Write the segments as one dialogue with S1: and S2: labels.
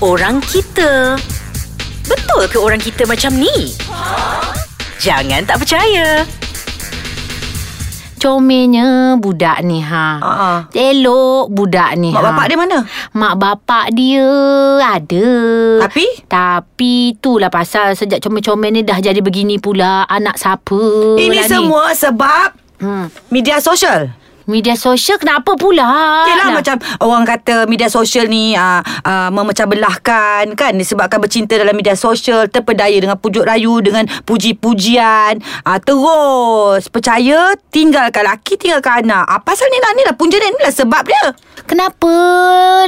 S1: orang kita. Betul ke orang kita macam ni? Jangan tak percaya.
S2: Comelnya budak ni
S3: Ah,
S2: ha.
S3: ah.
S2: Elok budak ni
S3: Mak
S2: ha.
S3: bapak dia mana?
S2: Mak bapak dia ada.
S3: Tapi?
S2: Tapi itulah pasal sejak comel-comel ni dah jadi begini pula. Anak siapa
S3: Ini
S2: lah
S3: semua sebab
S2: Ni. Hmm.
S3: media sosial.
S2: Media sosial kenapa pula?
S3: Yelah
S2: Lah.
S3: macam orang kata media sosial ni uh, uh, memecah belahkan kan disebabkan bercinta dalam media sosial terpedaya dengan pujuk rayu dengan puji-pujian uh, terus percaya tinggalkan laki tinggalkan anak apa pasal ni lah ni lah punca dia ni lah sebab dia
S2: Kenapa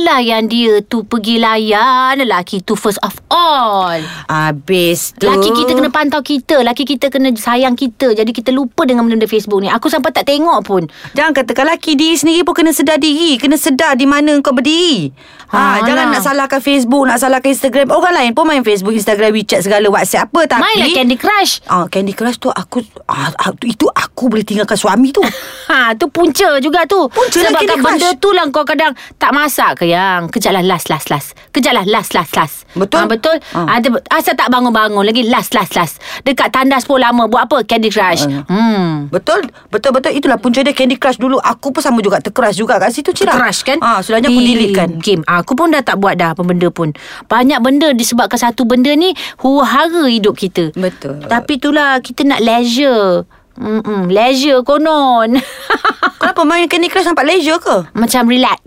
S2: layan dia tu pergi layan lelaki tu first of all?
S3: habis tu
S2: Laki kita kena pantau kita Laki kita kena sayang kita Jadi kita lupa dengan benda-benda Facebook ni Aku sampai tak tengok pun
S3: Jangan katakan laki diri sendiri pun kena sedar diri. Kena sedar di mana kau berdiri. Ha,
S2: Ha,
S3: jangan
S2: lah.
S3: nak salahkan Facebook, nak salahkan Instagram. Orang lain pun main Facebook, Instagram, WeChat, segala WhatsApp apa. Tapi...
S2: Mainlah lah Candy Crush
S3: Ah, Candy Crush tu aku ah, ah, tu- itu aku boleh tinggalkan suami tu.
S2: Ha, tu punca juga tu.
S3: Punca lah
S2: Sebab
S3: Candy
S2: kan
S3: Crush.
S2: benda tu lah kau kadang tak masak ke yang. Kejap lah last, last, last. Kejap lah last, last, last.
S3: Betul.
S2: Ha, betul.
S3: Ha.
S2: Ha. Ada, asal tak bangun-bangun lagi last, last, last. Dekat tandas pun lama. Buat apa? Candy Crush.
S3: Ha.
S2: Hmm.
S3: betul? Betul betul itulah punca dia Candy Crush dulu. Aku pun sama juga terkeras juga kat situ Cira.
S2: Crush kan
S3: Ah, sudahnya aku
S2: Di
S3: delete kan.
S2: Game Ah, Aku pun dah tak buat dah apa Benda pun Banyak benda disebabkan satu benda ni Huru-hara hidup kita
S3: Betul.
S2: Tapi itulah Kita nak leisure Mm-mm, Leisure konon
S3: Kenapa main Candy Crush nampak leisure ke?
S2: Macam relax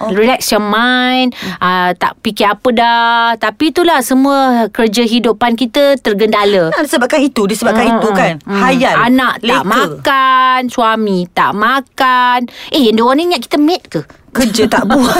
S2: oh. Relax your mind uh, Tak fikir apa dah Tapi itulah Semua kerja hidupan kita Tergendala Mm,
S3: Nah, Kan disebabkan itu, disebabkan itu kan. Hayal.
S2: Hmm, Anak tak
S3: leka.
S2: makan Suami tak makan Eh dia orang ni ingat kita mate ke?
S3: Kerja tak buat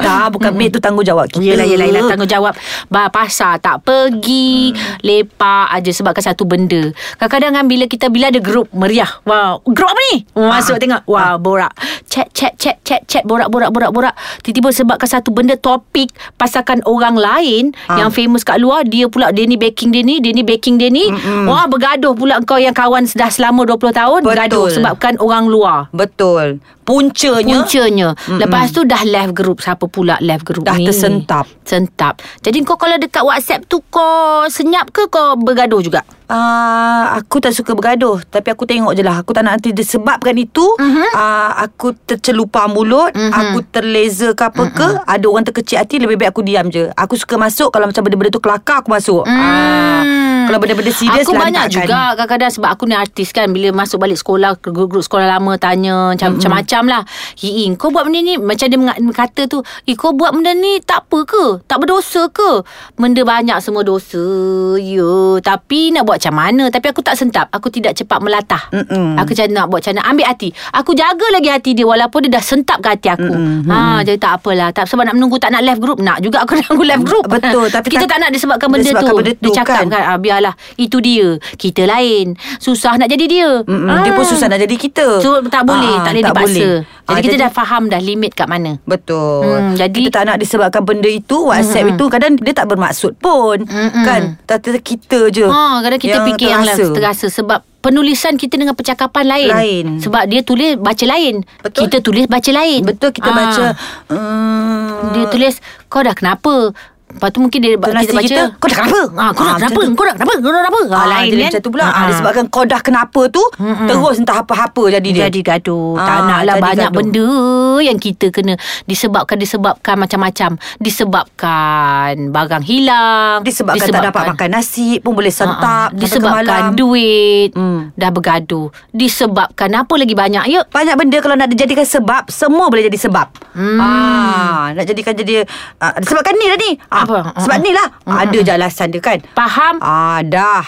S3: Tak bukan mate tu tanggungjawab kita
S2: Yelah, yelah, yelah Tanggungjawab bah, Pasar tak pergi hmm. Lepak aja Sebabkan satu benda Kadang-kadang kan Bila kita Bila ada grup Meriah Wow Grup apa ni Masuk tengok Wah borak Chat chat chat chat chat Borak borak borak borak Tiba-tiba sebabkan satu benda Topik Pasalkan orang lain
S3: Ah.
S2: Yang famous kat luar Dia pula Dia ni baking dia ni Dia ni baking dia ni Wah bergaduh pula Kau yang kawan Dah selama 20 tahun
S3: Betul.
S2: Bergaduh Sebabkan orang luar
S3: Betul Puncanya
S2: Puncanya Lepas tu dah left group Siapa pula left group
S3: Dah
S2: ni
S3: tersentap.
S2: Sentap Jadi kau kalau dekat WhatsApp tu Kau senyap ke kau bergaduh juga?
S3: Uh, aku tak suka bergaduh Tapi aku tengok je lah Aku tak nak nanti disebabkan itu
S2: Mhm.
S3: uh-huh. uh, Aku tercelupar mulut uh-huh. Aku terleza ke apa ke
S2: Mhm.
S3: uh-huh. Ada orang terkecil hati Lebih baik aku diam je Aku suka masuk Kalau macam benda-benda tu kelakar Aku masuk mm. uh, Kalau benda-benda serius
S2: Hmm. Aku banyak
S3: lantakkan.
S2: juga Kadang-kadang sebab aku ni artis kan Bila masuk balik sekolah ke Grup-grup sekolah lama Tanya macam- macam-macam lah Hiing kau buat benda ni Macam dia menga- kata tu Eh kau buat benda ni Tak apa ke? Tak berdosa ke? Benda banyak semua dosa Ya Tapi nak buat macam mana Tapi aku tak sentap Aku tidak cepat melatah
S3: Mm-mm.
S2: Aku macam nak buat macam mana Ambil hati Aku jaga lagi hati dia Walaupun dia dah sentap ke hati aku ha, Jadi tak apalah tak, Sebab nak menunggu tak nak left group Nak juga aku nak left group
S3: Betul, tapi
S2: Kita
S3: tak-
S2: tak, nak disebabkan benda
S3: disebabkan
S2: tu
S3: benda tu,
S2: Dia cakap
S3: kan?
S2: kan ah, Biarlah Itu dia Kita lain Susah nak jadi dia Ah,
S3: Mm-mm. Dia pun susah nak jadi kita
S2: so, Tak
S3: Ah,
S2: boleh Tak boleh dipaksa
S3: Ah,
S2: Jadi kita dah faham dah Limit kat mana
S3: Betul.
S2: Hmm, jadi- Hmm,
S3: kita tak nak disebabkan benda itu WhatsApp mm-hmm. itu kadang dia tak bermaksud pun mm-hmm. kan. Tata kita je.
S2: Ha, kadang kita fikir yang lain terasa sebab penulisan kita dengan percakapan lain.
S3: Lain.
S2: Sebab dia tulis baca lain.
S3: Betul.
S2: Kita tulis baca lain.
S3: Betul kita
S2: Ah.
S3: baca "Eh, mm,
S2: Dia tulis Kau dah kenapa Lepas tu mungkin dia
S3: Tulis
S2: kita baca
S3: kita, "Kau dah kenapa?"
S2: ha, Kau dah
S3: Ah,
S2: kenapa
S3: macam tu.
S2: Kau dah kenapa Kau dah kenapa ha,
S3: Ah,
S2: Lain
S3: jadi
S2: kan
S3: macam tu pula
S2: Ah,
S3: ah,
S2: ah.
S3: Disebabkan kau dah kenapa tu
S2: Mm-mm.
S3: Terus entah apa-apa jadi dia
S2: Jadi gaduh
S3: Ah,
S2: Tak nak lah
S3: jadi
S2: banyak
S3: gaduh.
S2: benda Yang kita kena Disebabkan-disebabkan macam-macam Disebabkan Barang hilang
S3: Disebabkan, tak dapat makan nasi Pun boleh
S2: Ah, ah.
S3: sentap sampai ke
S2: Disebabkan
S3: malam.
S2: duit
S3: Hmm.
S2: Dah bergaduh Disebabkan apa lagi banyak ya
S3: Banyak benda kalau nak dijadikan sebab Semua boleh jadi sebab hmm. ah, Nak jadikan jadi ah, Sebabkan ni lah ni ah,
S2: Apa? ah. Hmm,
S3: Sebab ni lah Ada je alasan dia kan
S2: Faham?
S3: Ah dah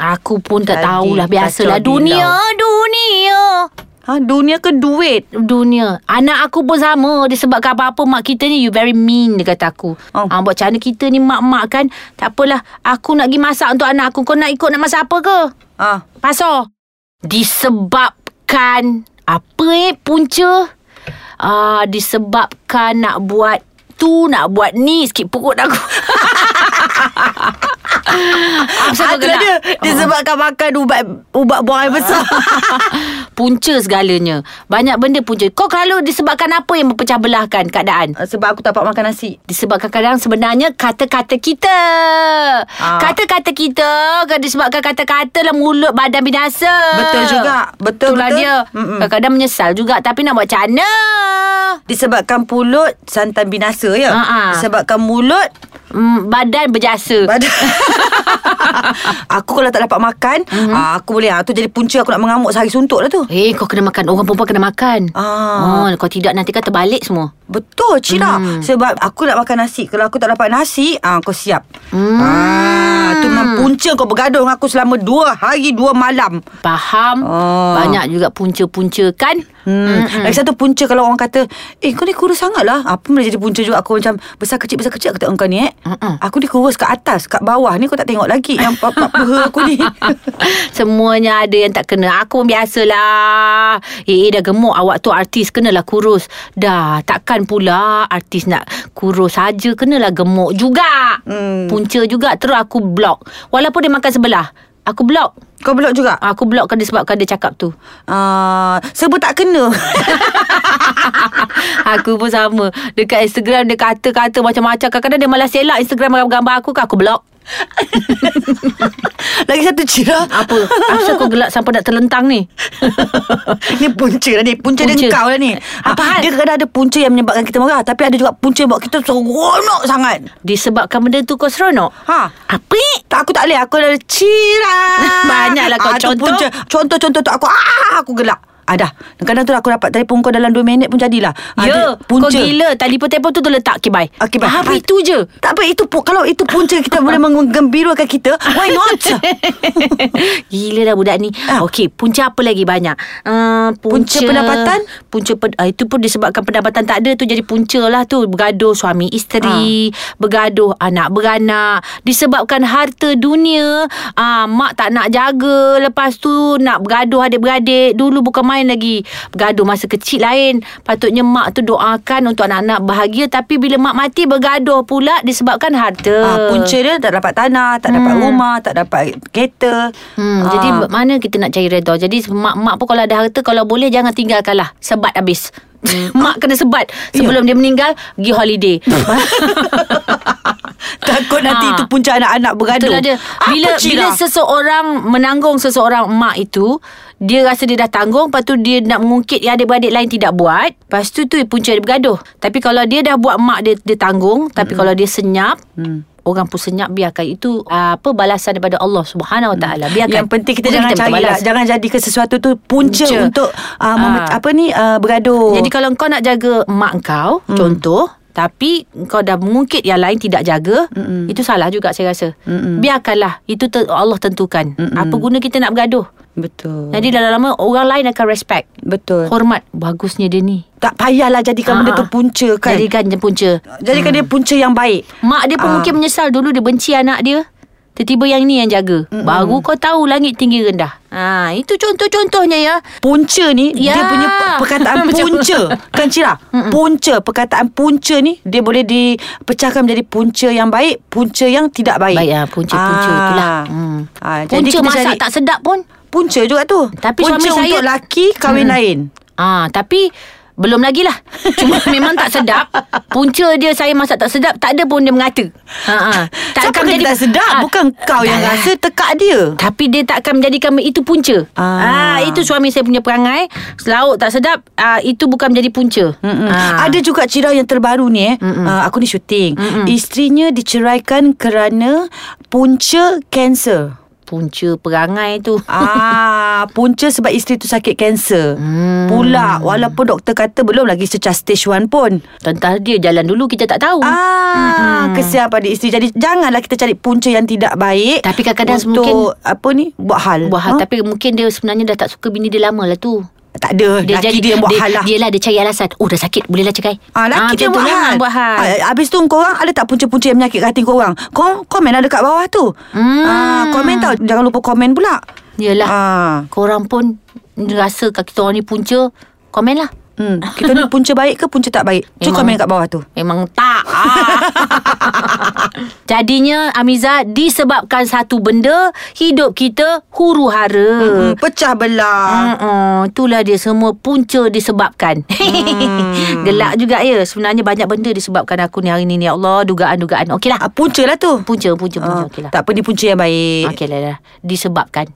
S2: Aku pun tak
S3: Jadi,
S2: tahulah Biasalah
S3: kacau
S2: dunia
S3: dilau.
S2: Dunia
S3: Ha, dunia ke duit?
S2: dunia. Anak aku pun sama. Disebabkan apa-apa mak kita ni you very mean dia kata aku.
S3: Oh.
S2: Oh. Ha, buat macam mana kita ni mak-mak kan. Tak apalah. Aku nak pergi masak untuk anak aku. Kau nak ikut nak masak apa ke?
S3: Ha.
S2: Pasal. Disebabkan apa eh punca? Ah, disebabkan nak buat tu nak buat ni sikit perut aku. Apa
S3: Ah,
S2: kau
S3: itulah
S2: gelak?
S3: dia. Dia sebabkan makan ubat ubat buang air besar.
S2: punca segalanya. Banyak benda punca. Kau kalau disebabkan apa yang mempecah belahkan keadaan?
S3: ah. Sebab aku tak dapat makan nasi.
S2: Disebabkan kadang sebenarnya kata-kata kita.
S3: Ah.
S2: Kata-kata kita kan disebabkan kata-kata lah mulut badan binasa.
S3: Betul juga. Betul,
S2: Itulah
S3: betul.
S2: dia.
S3: Mm-mm.
S2: Kadang-kadang menyesal juga tapi nak buat macam mana?
S3: Disebabkan pulut santan binasa ya.
S2: Ha-ha.
S3: Disebabkan mulut
S2: Mm, badan berjasa.
S3: badan. aku kalau tak dapat makan, mm-hmm. aku boleh ah tu jadi punca aku nak mengamuk sehari suntuk lah tu.
S2: Eh kau kena makan Orang perempuan kena makan
S3: Ah.
S2: oh, Kalau tidak nanti kan terbalik semua
S3: Betul Cira hmm. Sebab aku nak makan nasi Kalau aku tak dapat nasi ah, Kau siap
S2: Hmm.
S3: ah, Tu memang punca kau bergaduh dengan aku Selama dua hari dua malam
S2: Faham
S3: Oh.
S2: Banyak juga punca-punca kan
S3: Hmm. Lagi satu punca kalau orang kata Eh kau ni kurus sangat lah Apa boleh jadi punca juga Aku macam Besar kecil besar kecil Aku tengok kau ni eh
S2: Mm-mm.
S3: Aku ni kurus kat atas Kat bawah ni kau tak tengok lagi Yang pa- pa- paha aku ni
S2: Semuanya ada yang tak kena Aku pun biasalah Eh, eh dah gemuk Awak tu artis Kenalah kurus Dah takkan pula Artis nak kurus saja Kenalah gemuk juga
S3: Hmm.
S2: Punca juga Terus aku block Walaupun dia makan sebelah Aku block
S3: Kau belok juga
S2: Aku blockkan dia sebabkan dia cakap tu
S3: uh, Serba tak kena
S2: Aku pun sama Dekat Instagram Dia kata-kata macam-macam Kadang-kadang dia malah selak Instagram gambar aku kan Aku block
S3: Lagi satu Cira
S2: Apa Asal kau gelak Sampai nak terlentang ni
S3: Ni punca lah ni Punca, punca.
S2: Punca.
S3: dia kau lah ni
S2: Apa hal?
S3: Dia kadang ada punca yang menyebabkan kita marah Tapi ada juga punca yang buat kita seronok sangat
S2: Disebabkan benda tu kau seronok
S3: Ha
S2: Apa ni
S3: tak aku tak boleh Aku ada Cira
S2: Banyaklah kau
S3: tu
S2: contoh.
S3: punca. Contoh-contoh tu aku ah, Aku gelak Ah dah Kadang tu aku dapat telefon kau dalam 2 minit pun jadilah Ah, dia
S2: Ya Kau gila Telefon-telefon tu terletak Okay bye
S3: Okay, bye.
S2: Apa
S3: Ah.
S2: itu je
S3: Tak apa itu pun Kalau itu punca kita boleh menggembirakan kita Why not
S2: Gila dah budak ni
S3: Ah.
S2: ah. Okey Punca apa lagi banyak uh,
S3: Punca pendapatan?
S2: Punca pen, ah, Itu pun disebabkan pendapatan tak ada tu Jadi punca lah tu Bergaduh suami isteri
S3: Ah.
S2: Bergaduh anak beranak Disebabkan harta dunia ah, Mak tak nak jaga Lepas tu nak bergaduh adik-beradik Dulu bukan main lagi Bergaduh masa kecil lain Patutnya mak tu doakan Untuk anak-anak bahagia Tapi bila mak mati Bergaduh pula Disebabkan harta
S3: ah, Punca dia tak dapat tanah Tak dapat rumah Tak dapat kereta
S2: Hmm,
S3: Ah.
S2: Jadi mana kita nak cari redha Jadi mak-mak pun kalau ada harta Kalau boleh jangan tinggalkan lah Sebat habis
S3: Hmm.
S2: Mak kena sebat
S3: Ya.
S2: Sebelum dia meninggal Pergi holiday
S3: Takut nanti
S2: Ah.
S3: itu punca anak-anak bergaduh
S2: Itulah lah dia Bila,
S3: Apa Cira?
S2: bila seseorang Menanggung seseorang Mak itu Dia rasa dia dah tanggung Lepas tu dia nak mengungkit Yang adik-beradik lain tidak buat Lepas tu tu punca dia bergaduh Tapi kalau dia dah buat Mak dia, dia tanggung
S3: Hmm.
S2: Tapi kalau dia senyap Orang pun senyap biarkan itu ah, apa balasan daripada Allah Subhanahu Wa Taala biarkan
S3: Yang penting kita
S2: Bukan
S3: jangan
S2: minta
S3: cari lah.
S2: balas.
S3: Jangan jadikan sesuatu tu punca,
S2: Punca.
S3: untuk uh, mem-
S2: Ah.
S3: apa ni uh, bergaduh.
S2: Jadi kalau kau nak jaga mak kau hmm. Contoh tapi kau dah mengungkit yang lain tidak jaga Mm-mm. itu salah juga saya rasa Mm-mm. biarkanlah itu te- Allah tentukan Mm-mm. apa guna kita nak bergaduh
S3: betul.
S2: jadi dalam lama orang lain akan respect
S3: betul.
S2: hormat bagusnya dia ni
S3: tak payahlah jadikan benda
S2: Ah, Hmm.
S3: tu
S2: ah.
S3: punca kan. Jadi,
S2: jadikan dia punca
S3: jadikan dia punca yang baik.
S2: mak dia pun
S3: Ah.
S2: mungkin menyesal dulu dia benci anak dia tiba-tiba yang ni yang jaga Mm-mm. baru kau tahu langit tinggi rendah ha itu contoh-contohnya ya
S3: Punca ni
S2: Ya.
S3: dia punya pe- perkataan
S2: Macam-
S3: punca kan Cira? Punca perkataan punca ni dia boleh dipecahkan menjadi punca yang baik, punca yang tidak baik.
S2: Baik, ah, punca-punca
S3: Ah.
S2: itulah. Hmm.
S3: Ah, jadi
S2: punca
S3: kita
S2: masak
S3: cari-
S2: tak sedap pun
S3: punca juga tu.
S2: Tapi
S3: punca
S2: suami saya-
S3: untuk laki kahwin lain.
S2: Ah, tapi belum lagi lah Cuma memang tak sedap Punca dia saya masak tak sedap Tak ada pun dia mengata ha, ha.
S3: Siapa kata tak sedap?
S2: Ah.
S3: Bukan kau yang
S2: taklah.
S3: rasa tekak dia.
S2: Tapi dia takkan menjadikan Itu punca
S3: Ah.
S2: ah. Itu suami saya punya perangai Lauk tak sedap ah, Itu bukan menjadi punca
S3: Mm-mm.
S2: Ah.
S3: Ada juga cerita yang terbaru ni eh. Uh, aku ni syuting. Mm-mm. Isterinya diceraikan kerana punca kanser.
S2: Punca perangai tu
S3: Ah, punca sebab isteri tu sakit kanser. Hmm. Pula walaupun doktor kata belum lagi secara stage 1 pun.
S2: Tentang dia jalan dulu Kita tak tahu
S3: Ah, hmm. kesian pada isteri. Jadi janganlah kita cari punca yang tidak baik.
S2: Tapi kadang-kadang
S3: untuk
S2: mungkin-
S3: apa ni? Buat hal.
S2: Buat hal
S3: Ha?
S2: Tapi mungkin dia sebenarnya Dah tak suka bini dia lama lah tu
S3: tak ada. Dia laki dia yang buat hal lah.
S2: Dia lah dia cari alasan Oh dah sakit Bolehlah cerai
S3: Ah, laki ah, dia
S2: macam tu,
S3: buat
S2: memang
S3: hal.
S2: lah, buat hal
S3: Ah, habis tu korang ada tak punca-punca yang menyakitkan hati korang? Kom komen ada kat bawah tu.
S2: Hmm. Lah.
S3: Ah, komen tau. Jangan lupa komen pula.
S2: Yelah
S3: Ah.
S2: Korang pun Rasa kat kita orang ni punca Komen lah
S3: Hmm, kita ni punca baik ke punca tak baik? Cuba
S2: Memang.
S3: komen kat bawah tu.
S2: Memang tak ah. Jadinya Amiza disebabkan satu benda hidup kita huru-hara.
S3: Hmm, pecah belah.
S2: Uh-uh, itulah dia semua punca disebabkan hmm. Gelak juga ya Sebenarnya banyak benda disebabkan aku ni hari ni ni Ya Allah Dugaan-dugaan Okey lah
S3: Ah, punca lah tu.
S2: Punca Punca punca
S3: Ah,
S2: Okey lah
S3: tak apa ni punca yang baik.
S2: Okey lah, lah Disebabkan